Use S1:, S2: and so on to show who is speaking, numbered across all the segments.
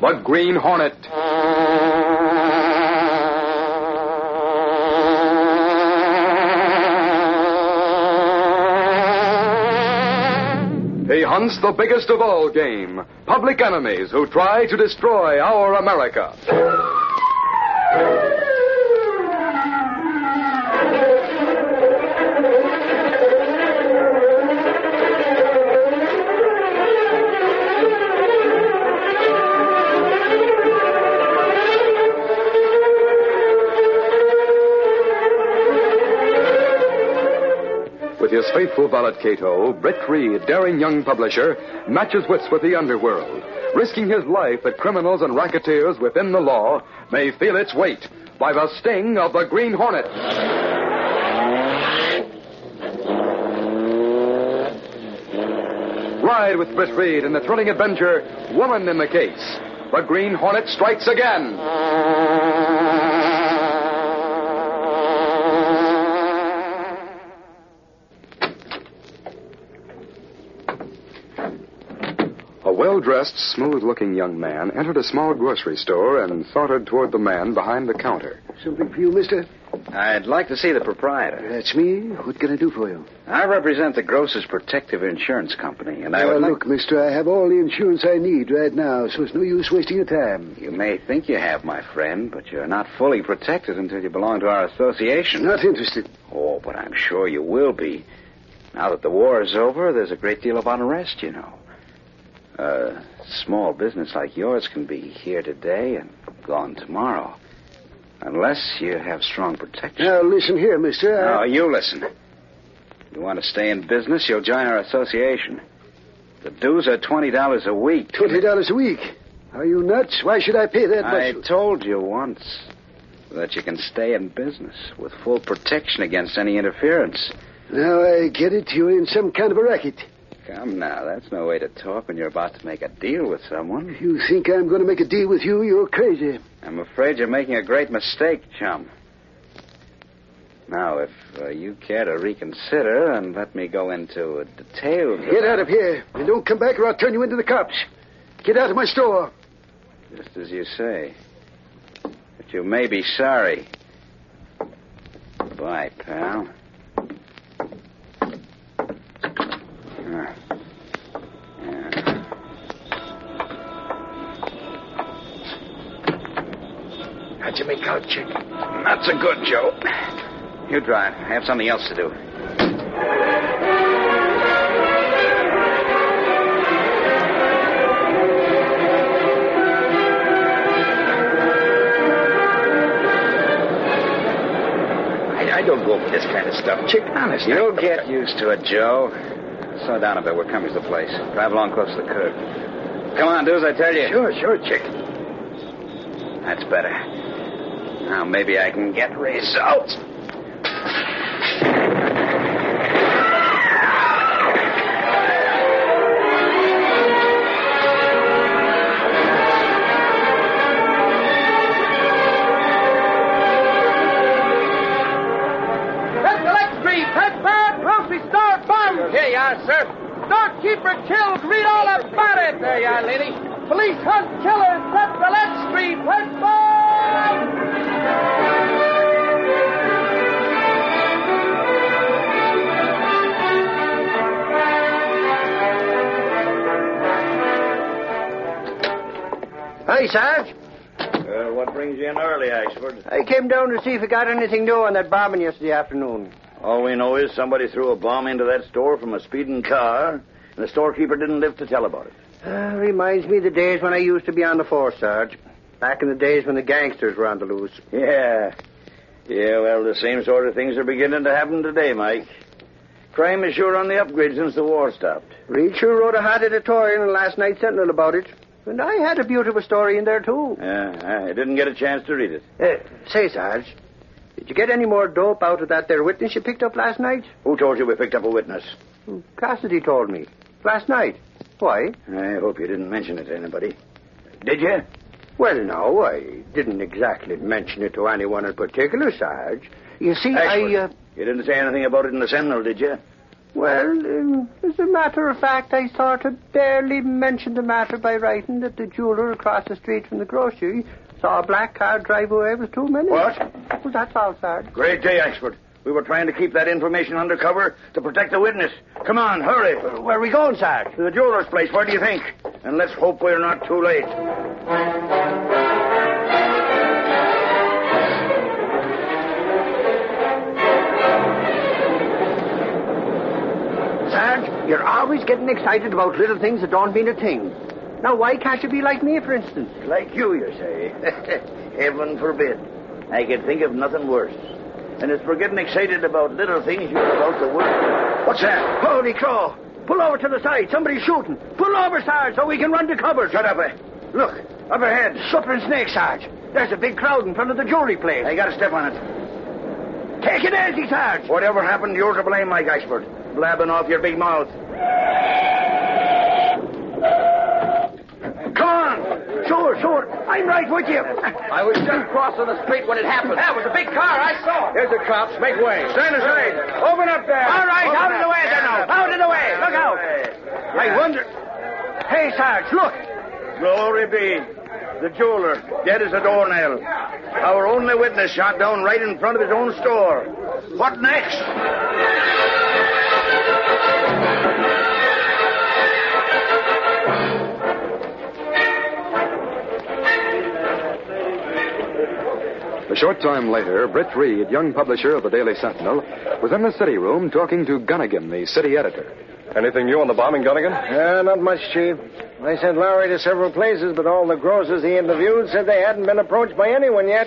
S1: The Green Hornet. He hunts the biggest of all game public enemies who try to destroy our America. With his faithful valet Cato, Britt Reed, daring young publisher, matches wits with the underworld, risking his life that criminals and racketeers within the law may feel its weight by the sting of the Green Hornet. Ride with Britt Reed in the thrilling adventure, Woman in the Case. The Green Hornet strikes again. A well dressed, smooth looking young man entered a small grocery store and sauntered toward the man behind the counter.
S2: Something for you, mister?
S3: I'd like to see the proprietor.
S2: That's me. What can I do for you?
S3: I represent the Grocers Protective Insurance Company, and I
S2: Now,
S3: would like-
S2: look, mister, I have all the insurance I need right now, so it's no use wasting your time.
S3: You may think you have, my friend, but you're not fully protected until you belong to our association.
S2: Not interested.
S3: Oh, but I'm sure you will be. Now that the war is over, there's a great deal of unrest, you know. A small business like yours can be here today and gone tomorrow, unless you have strong protection.
S2: Now, listen here, mister. I-
S3: Now, you listen. You want to stay in business, you'll join our association. The dues are $20 a week.
S2: Twenty dollars a week. Are you nuts? Why should I pay that
S3: I
S2: much?
S3: told you once that you can stay in business with full protection against any interference.
S2: Now I get it. You're in some kind of a racket.
S3: Come now, that's no way to talk when you're about to make a deal with someone.
S2: If you think I'm going to make a deal with you, you're crazy.
S3: I'm afraid you're making a great mistake, chum. Now, if uh, you care to reconsider and let me go into uh, details.
S2: Get out of here. And don't come back or I'll turn you into the cops. Get out of my store.
S3: Just as you say. But you may be sorry. Bye, pal. Ah. Yeah. How'd you make out, Chick? Not so good, Joe. You drive. I have something else to do. I, I don't go for this kind of stuff, Chick. Honest. You'll get used to it, Joe. Slow down a bit. We're coming to the place. Drive along close to the curb. Come on, do as I tell you. Sure, sure, Chick. That's better. Now maybe I can get results.
S4: Recollect Street, that bad grocery store bomb. Here you are, sir. Storekeeper killed. Read all about it. There you are, lady. Police hunt killers. Recollect Street, that bomb.
S5: Hey, Sarge.
S6: Well, what brings you in early, Axford?
S5: I came down to see if you got anything new on that bombing yesterday afternoon.
S6: All we know is somebody threw a bomb into that store from a speeding car, and the storekeeper didn't live to tell about it.
S5: Uh, reminds me of the days when I used to be on the force, Sarge. Back in the days when the gangsters were on the loose.
S6: Yeah. Yeah, well, the same sort of things are beginning to happen today, Mike. Crime is sure on the upgrade since the war stopped.
S5: Reacher wrote a hot editorial in last night's Sentinel about it. And I had a beautiful story in there, too.
S6: Yeah, Uh, I didn't get a chance to read it.
S5: Uh, say, Sarge, did you get any more dope out of that there witness you picked up last night? Hmm,
S6: Who told you we picked up a witness?
S5: Cassidy told me. Last night. Why?
S6: I hope you didn't mention it to anybody. Did you?
S5: Well, no, I didn't exactly mention it to anyone in particular, Sarge. You see, I.
S6: Ashford,
S5: Uh,
S6: You didn't say anything about it in the Sentinel, did you?
S5: Well, um, as a matter of fact, I sort of barely mentioned the matter by writing that the jeweler across the street from the grocery saw a black car drive away with two men. in it.
S3: What?
S5: Well, that's all, Sarge.
S3: Great day, Axford. We were trying to keep that information under cover to protect the witness. Come on, hurry. Where are we going, Sarge? To the jeweler's place. Where do you think? And let's hope we're not too late.
S5: Sarge, you're always getting excited about little things that don't mean a thing. Now, why can't you be like me, for instance?
S3: Like you, you say. Heaven forbid. I can think of nothing worse. And it's for getting excited about little things you're about to work. What's that?
S5: Holy crow! Pull over to the side. Somebody's shooting. Pull over, Sarge, so we can run to cover.
S3: Shut up. eh? Look, up ahead.
S5: Slippery snake, Sarge. There's a big crowd in front of the jewelry place.
S3: I got to step on it.
S5: Take it easy, Sarge.
S3: Whatever happened, you're to blame, Mike Iceford. Blabbing off your big mouth.
S5: Come on. Sure, sure. I'm right with you.
S7: I was just crossing the street when it happened. That was a big car. I saw it. Here's the cops. Make way. Stand aside. Open up there.
S5: All right, out of the way, then. Out of the way. Look out.
S3: I wonder.
S5: Hey, Sarge, look.
S3: Glory be. The jeweler, dead as a doornail. Our only witness shot down right in front of his own store. What next?
S8: A short time later, Britt Reed, young publisher of the Daily Sentinel, was in the city room talking to Gunnigan, the city editor.
S1: Anything new on the bombing, Gunnigan?
S9: Uh, not much, Chief. I sent Lowry to several places, but all the grocers he interviewed said they hadn't been approached by anyone yet.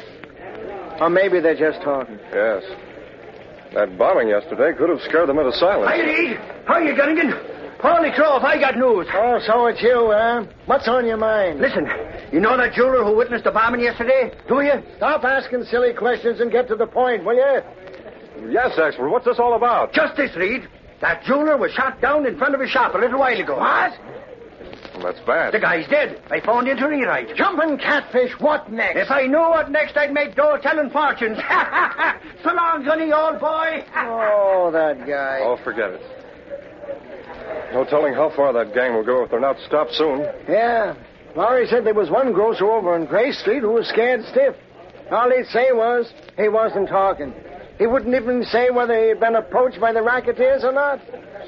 S9: Or maybe they're just talking.
S1: Yes. That bombing yesterday could have scared them into silence.
S5: Heidi, how are you, Gunnigan? Holy crow, if I got news.
S9: Oh, so it's you, huh? What's on your mind?
S5: Listen, you know that jeweler who witnessed the bombing yesterday? Do you?
S9: Stop asking silly questions and get to the point, will you?
S1: Yes, Axford. What's this all about?
S5: Just this, Reed. That jeweler was shot down in front of his shop a little while ago. What?
S1: Well, that's bad.
S5: The guy's dead. I phoned in to rewrite.
S9: Jumping catfish, what next?
S5: If I knew what next, I'd make dough telling fortunes. so long, Gunny, old boy.
S9: Oh, that guy.
S1: Oh, forget it. No telling how far that gang will go if they're not stopped soon.
S9: Yeah. Lowry said there was one grocer over on Gray Street who was scared stiff. All he'd say was he wasn't talking. He wouldn't even say whether he'd been approached by the racketeers or not.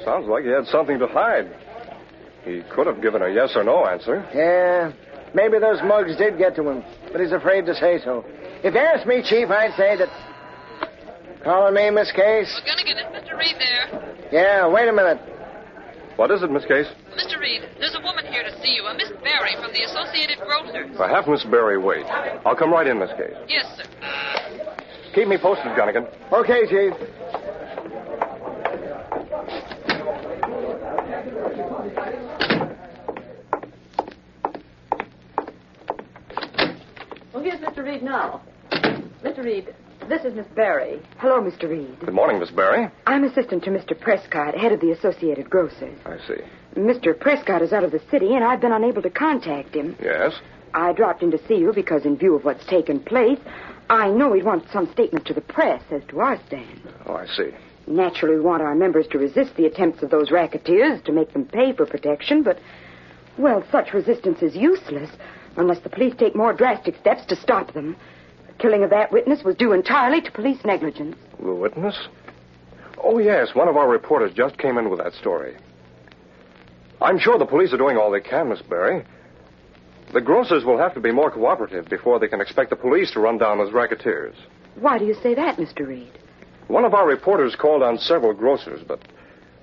S1: Sounds like he had something to hide. He could have given a yes or no answer.
S9: Yeah, maybe those mugs did get to him, but he's afraid to say so. If you asked me, Chief, I'd say that. Calling me, Miss Case?
S10: Gunnigan, is Mr. Reed there?
S9: Yeah, wait a minute.
S1: What is it, Miss Case?
S10: Mr. Reed, there's a woman here to see you, a Miss Barry from the Associated Grocers.
S1: I have Miss Barry wait. I'll come right in, Miss Case.
S10: Yes, sir.
S1: Keep me posted, Gunnigan.
S9: Okay, Chief.
S11: Well, here's Mr. Reed now. Mr. Reed, this is Miss Barry. Hello, Mr. Reed.
S1: Good morning, Miss Barry.
S11: I'm assistant to Mr. Prescott, head of the Associated Grocers.
S1: I see.
S11: Mr. Prescott is out of the city, and I've been unable to contact him.
S1: Yes.
S11: I dropped in to see you because, in view of what's taken place, I know he'd want some statement to the press as to our stand.
S1: Oh, I see.
S11: Naturally, we want our members to resist the attempts of those racketeers to make them pay for protection, but, well, such resistance is useless unless the police take more drastic steps to stop them. The killing of that witness was due entirely to police negligence.
S1: The witness? Oh, yes. One of our reporters just came in with that story. I'm sure the police are doing all they can, Miss Barry. The grocers will have to be more cooperative before they can expect the police to run down those racketeers.
S11: Why do you say that, Mr. Reed?
S1: One of our reporters called on several grocers, but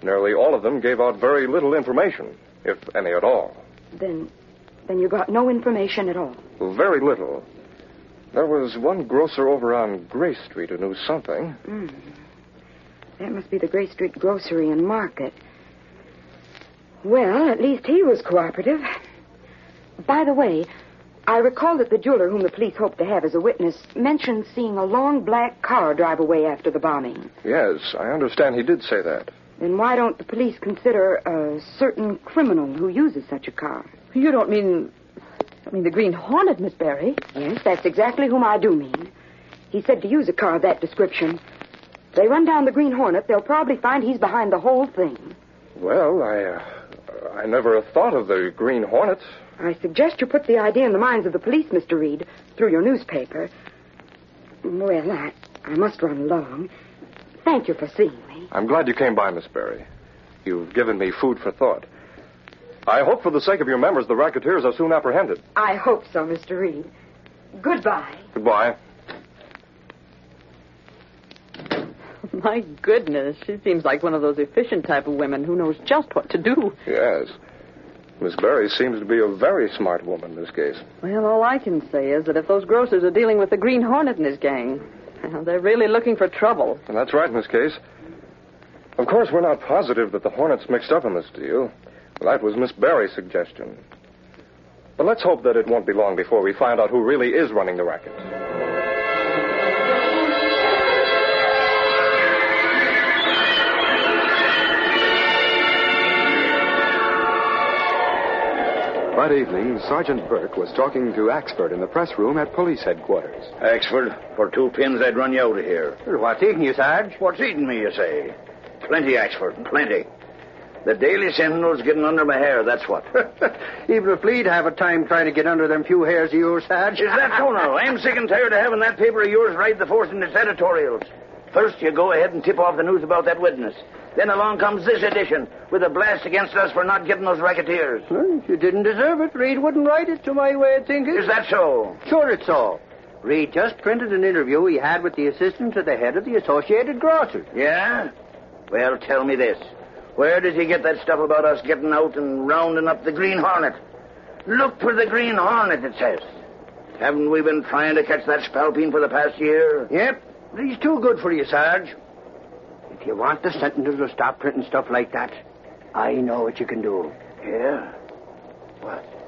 S1: nearly all of them gave out very little information, if any at all.
S11: Then, then you got no information at all.
S1: Very little. There was one grocer over on Gray Street who knew something.
S11: That must be the Gray Street Grocery and Market. Well, at least he was cooperative. By the way, I recall that the jeweler whom the police hope to have as a witness mentioned seeing a long black car drive away after the bombing.
S1: Yes, I understand he did say that.
S11: Then why don't the police consider a certain criminal who uses such a car?
S12: You don't mean. I mean the Green Hornet, Miss Barry.
S11: Yes, that's exactly whom I do mean. He said to use a car of that description. they run down the Green Hornet, they'll probably find he's behind the whole thing.
S13: Well, I, uh, I never thought of the Green Hornet.
S11: I suggest you put the idea in the minds of the police, Mr. Reed, through your newspaper. Well, I, I must run along. Thank you for seeing me.
S13: I'm glad you came by, Miss Berry. You've given me food for thought. I hope, for the sake of your members, the racketeers are soon apprehended.
S11: I hope so, Mr. Reed. Goodbye.
S13: Goodbye.
S12: My goodness, she seems like one of those efficient type of women who knows just what to do.
S13: Yes. Miss Berry seems to be a very smart woman in this case.
S12: Well, all I can say is that if those grocers are dealing with the Green Hornet and his gang, well, they're really looking for trouble.
S13: And that's right, Miss Case. Of course, we're not positive that the Hornet's mixed up in this deal. That was Miss Berry's suggestion. But let's hope that it won't be long before we find out who really is running the racket.
S1: That evening, Sergeant Burke was talking to Axford in the press room at police headquarters.
S3: Axford, for two pins, I'd run you out of here. What's eating you, Sarge? What's eating me, you say? Plenty, Axford, plenty. The Daily Sentinel's getting under my hair, that's what.
S5: Even if Lee'd have a time trying to get under them few hairs of yours, Sarge.
S3: Is that so now? I'm sick and tired of having that paper of yours ride the force in its editorials. First, you go ahead and tip off the news about that witness. Then along comes this edition with a blast against us for not getting those racketeers.
S5: Well, if you didn't deserve it, Reed wouldn't write it, to my way of thinking.
S3: Is that so?
S5: Sure, it's so. Reed just printed an interview he had with the assistant to the head of the Associated Grocers.
S3: Yeah? Well, tell me this. Where did he get that stuff about us getting out and rounding up the Green Hornet? Look for the Green Hornet, it says. Haven't we been trying to catch that spalpeen for the past year?
S5: Yep. He's too good for you, Sarge. If you want the Sentinels to stop printing stuff like that, I know what you can do.
S3: Yeah.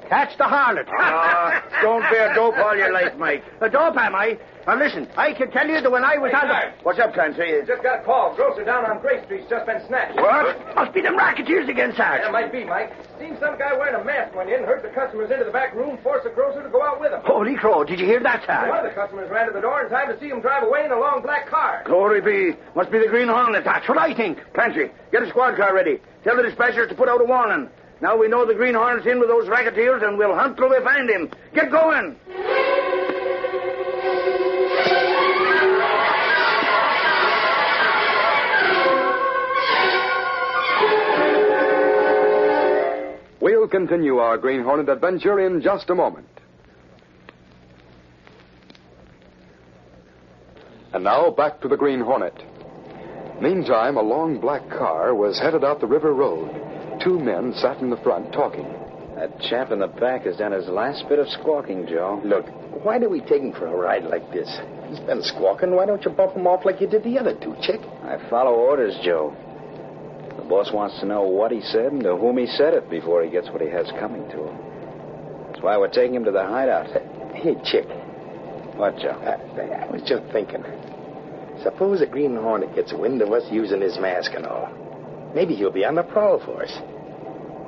S5: Catch the harlot.
S3: Ah, don't be a dope all your life, Mike.
S5: A dope, am I? Now listen, I can tell you that when I was on the...
S3: What's up, Clancy?
S14: Just got a call. Grocer down on Gray Street's just been snatched.
S3: What? Must be them racketeers again, Sarge.
S14: That might be, Mike. Seen some guy wearing a mask went in, hurt the customers into the back room, forced the grocer to go out with him.
S5: Holy crow, did you hear that,
S14: One
S5: Sarge?
S14: of the customers ran to the door in time to see him drive away in a long black car.
S3: Glory be. Must be the Green Hornet. That's what I think. Clancy, get a squad car ready. Tell the dispatchers to put out a warning. Now we know the Green Hornet's in with those racketeers, and we'll hunt till we find him. Get going.
S1: We'll continue our Green Hornet adventure in just a moment. And now back to the Green Hornet. Meantime, a long black car was headed out the river road. Two men sat in the front talking.
S15: That chap in the back has done his last bit of squawking, Joe. Look, why do we take him for a ride like this? He's been squawking. Why don't you bump him off like you did the other two, Chick? I follow orders, Joe. The boss wants to know what he said and to whom he said it before he gets what he has coming to him. That's why we're taking him to the hideout. Hey, Chick. What, Joe?
S16: Uh, I, I was just thinking. Suppose a Green Hornet gets wind of us using his mask and all. Maybe he'll be on the prowl for us.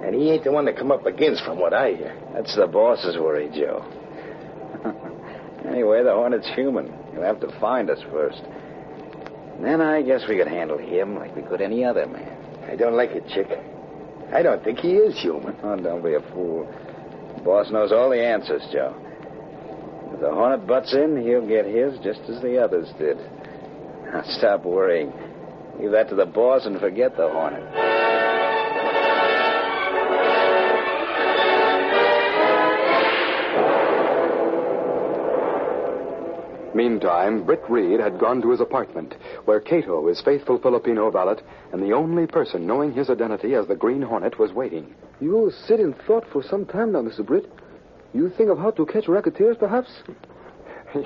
S16: And he ain't the one to come up against, from what I hear.
S15: That's the boss's worry, Joe. anyway, the Hornet's human. He'll have to find us first. And then I guess we could handle him like we could any other man.
S16: I don't like it, Chick. I don't think he is human.
S15: Oh, don't be a fool. The boss knows all the answers, Joe. If the Hornet butts in, he'll get his just as the others did. Now stop worrying. Leave that to the boss and forget the Hornet.
S1: Meantime, Britt Reed had gone to his apartment, where Cato, his faithful Filipino valet, and the only person knowing his identity as the Green Hornet, was waiting.
S17: You sit in thought for some time now, Mr. Britt. You think of how to catch racketeers, perhaps?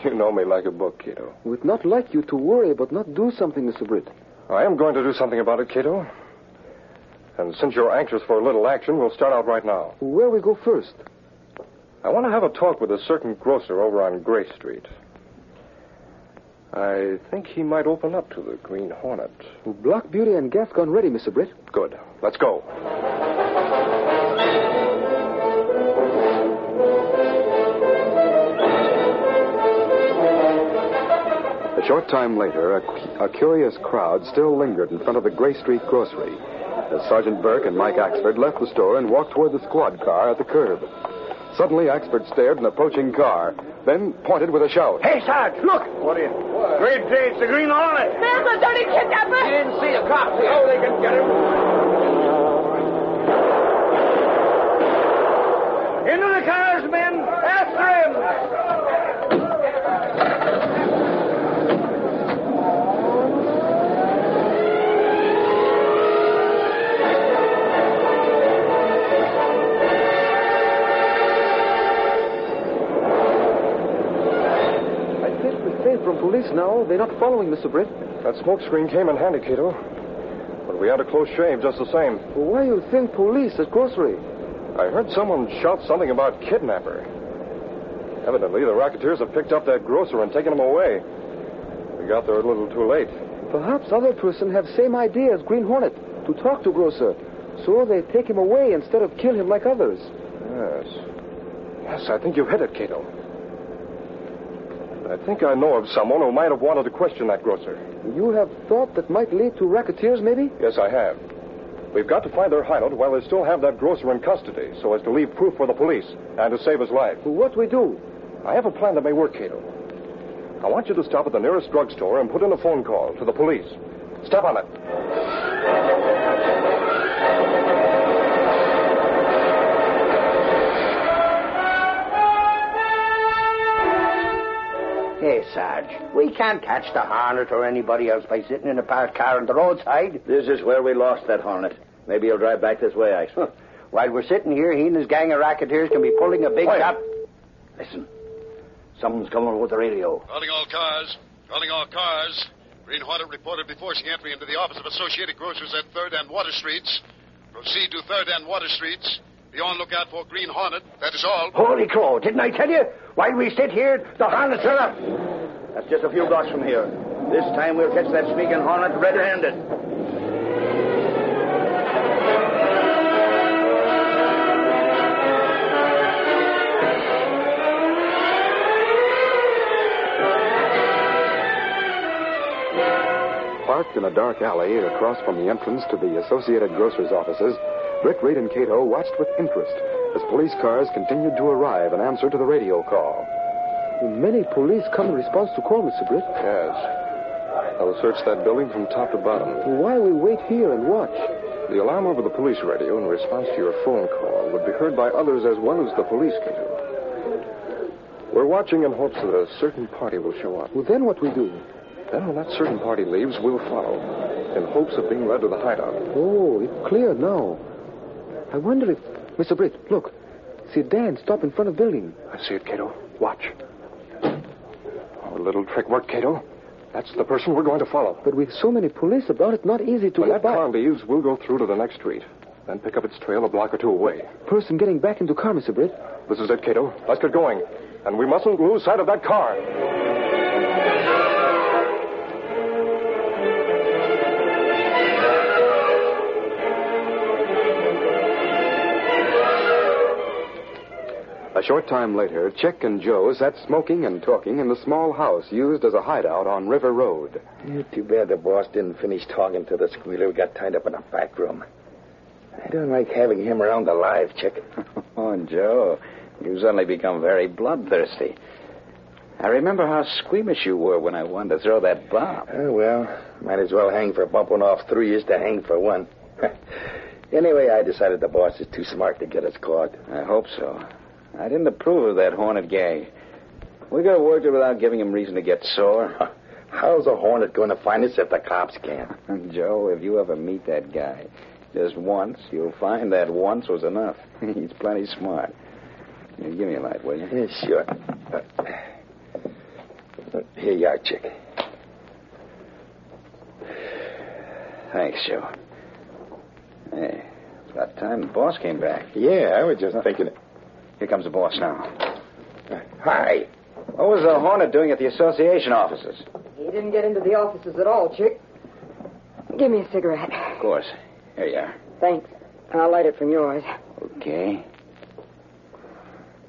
S13: You know me like a book, Cato.
S17: Would not like you to worry, but not do something, Mr. Britt.
S13: I am going to do something about it, Cato. And since you're anxious for a little action, we'll start out right now.
S17: Where we go first?
S13: I want to have a talk with a certain grocer over on Gray Street. I think he might open up to the Green Hornet.
S17: Black Beauty and gas gone ready, Mr. Britt.
S13: Good. Let's go.
S1: The short time later, a, cu- a curious crowd still lingered in front of the Gray Street grocery as Sergeant Burke and Mike Axford left the store and walked toward the squad car at the curb. Suddenly, Axford stared at an approaching car, then pointed with a shout.
S6: Hey, Sarge, look! What are you? Great day, it's the Green Hornet.
S18: There's the dirty kidnapper! You didn't see the cops here.
S19: Oh, they can get him.
S2: Into the cars, men! After him!
S20: I think we saved from police now. They're not following, Mr. Britt.
S13: That smoke screen came in handy, Cato. But we had a close shave just the same.
S20: Well, why you think police at grocery?
S13: I heard someone shout something about kidnapper. Evidently, the racketeers have picked up that grocer and taken him away. We got there a little too late.
S20: Perhaps other person have same idea as Green Hornet to talk to grocer, so they take him away instead of kill him like others.
S13: Yes. Yes, I think you hit it, Cato. I think I know of someone who might have wanted to question that grocer.
S20: You have thought that might lead to racketeers, maybe?
S13: Yes, I have. We've got to find their hideout while they still have that grocer in custody so as to leave proof for the police and to save his life.
S20: What we do?
S13: I have a plan that may work, Cato. I want you to stop at the nearest drugstore and put in a phone call to the police. Step on it.
S6: Hey, Sarge, we can't catch the Hornet or anybody else by sitting in a parked car on the roadside. This is where we lost that Hornet. Maybe he'll drive back this way, Ice. While we're sitting here, he and his gang of racketeers can be pulling a big up. Listen, someone's coming over the radio.
S21: Calling all cars. Calling all cars. Green Hornet reported before she entry into the office of Associated Grocers at 3rd and Water Streets. Proceed to 3rd and Water Streets. Be on lookout for Green Hornet. That is all.
S6: Holy crow, didn't I tell you? While we sit here, the Hornets are up. That's just a few blocks from here. This time we'll catch that sneaking Hornet red-handed.
S1: Parked in a dark alley across from the entrance to the Associated Grocers' offices, Britt, Reed, and Cato watched with interest as police cars continued to arrive in answer to the radio call.
S20: Many police come in response to call, Mr. Britt.
S13: Yes. I'll search that building from top to bottom.
S20: Why we wait here and watch?
S13: The alarm over the police radio in response to your phone call would be heard by others as well as the police, Cato. We're watching in hopes that a certain party will show up.
S20: Well, then what we do?
S13: Then, when that certain party leaves, we'll follow, in hopes of being led to the hideout.
S20: Oh, it's clear now. I wonder if... Mr. Britt, look. See Dan stop in front of building.
S13: I see it, Cato. Watch. Our little trick worked, Cato. That's the person we're going to follow.
S20: But with so many police about, it's not easy to
S13: when
S20: get
S13: that
S20: back.
S13: car leaves, we'll go through to the next street, then pick up its trail a block or two away.
S20: Person getting back into car, Mr. Britt.
S13: This is it, Cato. Let's get going. And we mustn't lose sight of that car.
S1: A short time later, Chick and Joe sat smoking and talking in the small house used as a hideout on River Road.
S22: Yeah, too bad the boss didn't finish talking to the squealer. We got tied up in a back room. I don't like having him around alive, Chick.
S3: Oh, Joe, you suddenly become very bloodthirsty. I remember how squeamish you were when I wanted to throw that bomb.
S22: Oh, well, might as well hang for bumping off three as to hang for one. anyway, I decided the boss is too smart to get us caught.
S3: I hope so. I didn't approve of that Hornet gang. We could have worked it without giving him reason to get sore.
S22: How's a hornet going to find us if the cops can't?
S3: Joe, if you ever meet that guy, just once, you'll find that once was enough. He's plenty smart. Here, give me a light, will you?
S22: Yeah, sure. Uh, Here you are, Chick.
S3: Thanks, Joe. Hey, it's about time the boss came back. Uh,
S22: Yeah, I was just thinking it.
S3: Here comes the boss now.
S22: Hi.
S3: What was the Hornet doing at the association offices?
S11: He didn't get into the offices at all, Chick. Give me a cigarette.
S3: Of course. Here you are.
S11: Thanks. I'll light it from yours.
S3: Okay.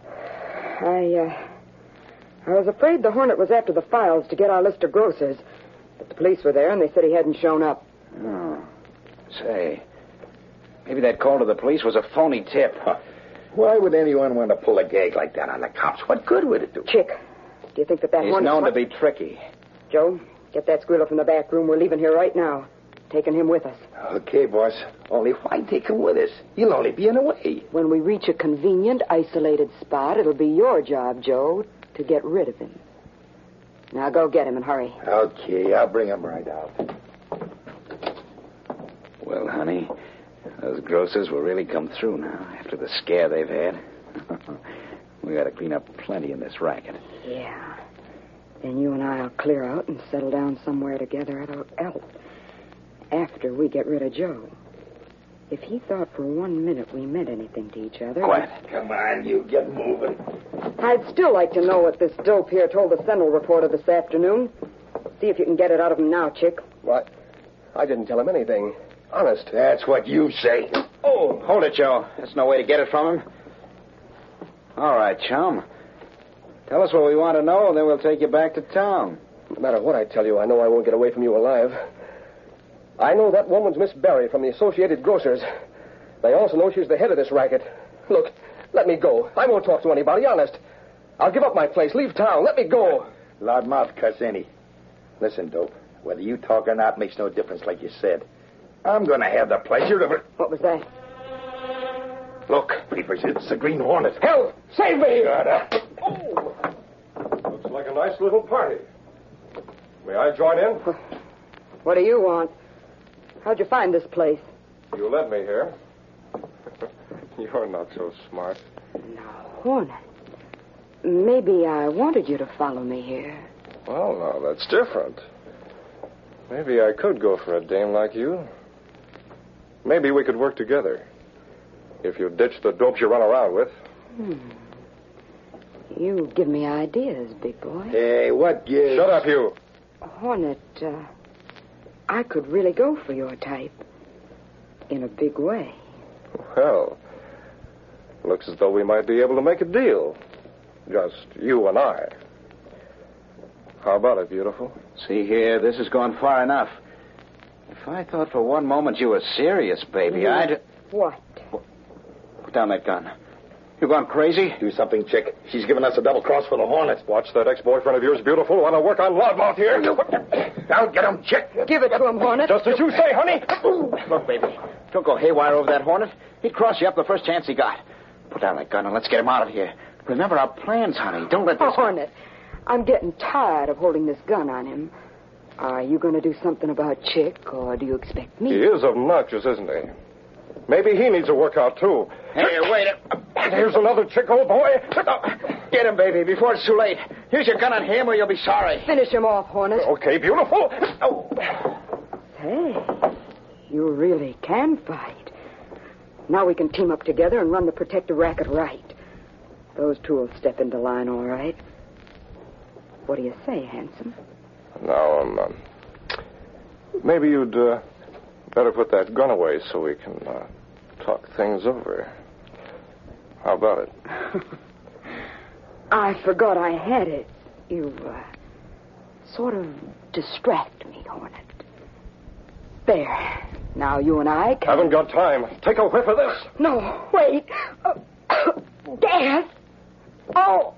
S11: I, uh, I was afraid the Hornet was after the files to get our list of grocers. But the police were there, and they said he hadn't shown up.
S3: Oh. Say, maybe that call to the police was a phony tip.
S22: Why would anyone want to pull a gag like that on the cops? What good would it do?
S11: Chick, do you think that that
S3: He's
S11: Hornet...
S3: known to be tricky.
S11: Joe, get that squealer from the back room. We're leaving here right now. Taking him with us.
S22: Okay, boss. Only why take him with us? He'll only be in the way.
S11: When we reach a convenient, isolated spot, it'll be your job, Joe, to get rid of him. Now go get him and hurry.
S22: Okay, I'll bring him right out.
S3: Well, honey, those grocers will really come through now after the scare they've had. we got to clean up plenty in this racket.
S11: Yeah. Then you and I'll clear out and settle down somewhere together it'll help. After we get rid of Joe. If he thought for one minute we meant anything to each other.
S22: Come on, you get moving.
S11: I'd still like to know what this dope here told the Sentinel reporter this afternoon. See if you can get it out of him now, Chick.
S20: What? I didn't tell him anything.
S22: Honest. That's what you say.
S3: Oh, hold it, Joe. That's no way to get it from him. All right, chum. Tell us what we want to know, and then we'll take you back to town.
S20: No matter what I tell you, I know I won't get away from you alive. I know that woman's Miss Barry from the Associated Grocers. They also know she's the head of this racket. Look, let me go. I won't talk to anybody, honest. I'll give up my place, leave town. Let me go.
S22: Loudmouth cuss any. Listen, dope. Whether you talk or not makes no difference, like you said. I'm going to have the pleasure of it.
S11: What was that?
S22: Look, Peepers, it's the Green Hornet.
S20: Help! Save me!
S22: Shut up.
S13: Looks like a nice little party. May I join in?
S11: What do you want? How'd you find this place?
S13: You led me here. You're not so smart.
S11: Hornet. Maybe I wanted you to follow me here.
S13: Well, now, that's different. Maybe I could go for a dame like you. Maybe we could work together. If you ditch the dopes you run around with.
S11: Hmm. You give me ideas, big boy.
S22: Hey, what gives?
S13: Shut up, you.
S11: Hornet, uh, I could really go for your type. In a big way.
S13: Well, looks as though we might be able to make a deal. Just you and I. How about it, beautiful?
S3: See here, this has gone far enough. If I thought for one moment you were serious, baby,
S20: Mm.
S11: Yeah.
S3: I'd.
S11: What?
S3: Put down that gun. You gone crazy?
S22: Do something, chick. She's giving us a double cross for the Hornet.
S13: Watch that ex-boyfriend of yours, beautiful. Want to work on Loudmouth here?
S22: Now get him, chick.
S11: Give it to him, Hornet.
S13: Just as you say, honey.
S3: Look, baby, don't go haywire over that hornet. He'd cross you up the first chance he got. Put down that gun and let's get him out of here. Remember our plans, honey. Don't let this.
S11: Hornet, I'm getting tired of holding this gun on him. Are you going to do something about Chick, or do you expect
S13: He
S11: me?
S13: is obnoxious, isn't he? Maybe he needs a workout, too.
S3: Hey, wait.
S13: Here's another chick, old boy.
S3: Get him, baby, before it's too late. Here's your gun on him or you'll be sorry.
S11: Finish him off, Hornet.
S13: Okay, beautiful. Oh.
S11: Hey, you really can fight. Now we can team up together and run the protective racket right. Those two will step into line, all right. What do you say, handsome?
S13: Now, um, um, maybe you'd uh, better put that gun away so we can uh, talk things over. How about it?
S11: I forgot I had it. You uh, sort of distract me, Hornet. There. Now you and I can.
S13: Haven't got time. Take a whiff of this.
S11: No, wait. Uh, gas. Oh.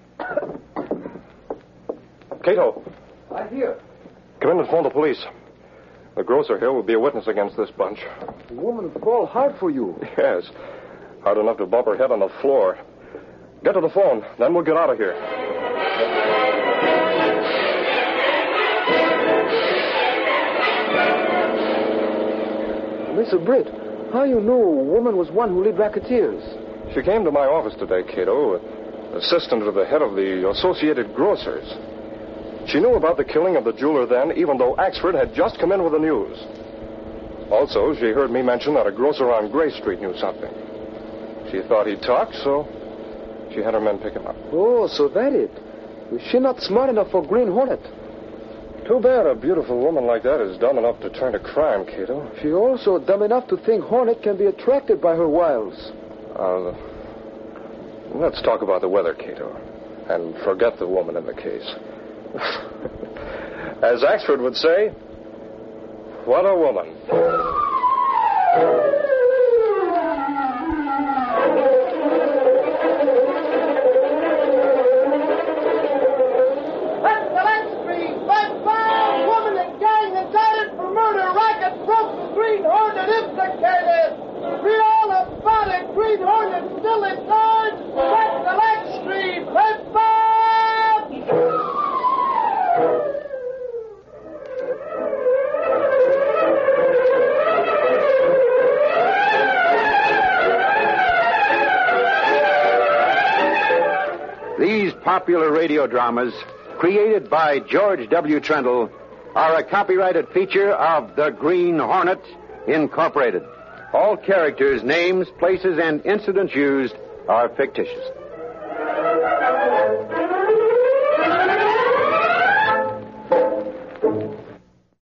S13: Cato,
S20: I'm here.
S13: come in and phone the police. The grocer here will be a witness against this bunch.
S20: The woman fall hard for you.
S13: Yes. Hard enough to bump her head on the floor. Get to the phone, then we'll get out of here.
S20: Mr. Britt, how you know woman was one who lead racketeers?
S13: She came to my office today, Cato, assistant to the head of the Associated Grocers. She knew about the killing of the jeweler then, even though Axford had just come in with the news. Also, she heard me mention that a grocer on Gray Street knew something. She thought he talked, so she had her men pick him up.
S20: Oh, so that it. She not smart enough for Green Hornet.
S13: Too bad a beautiful woman like that is dumb enough to turn to crime, Cato.
S20: She also dumb enough to think Hornet can be attracted by her wiles.
S13: Uh, let's talk about the weather, Cato. and forget the woman in the case. As Axford would say, what a woman.
S4: That's the last street. That vile woman and gang indicted for murder, racket, broke the Green Hornet implicated. Read all about it. Green Hornet still in charge. That's the last street. Red Bob!
S3: These popular radio dramas, created by George W. Trendle, are a copyrighted feature of The Green Hornet, Incorporated. All characters, names, places, and incidents used are fictitious.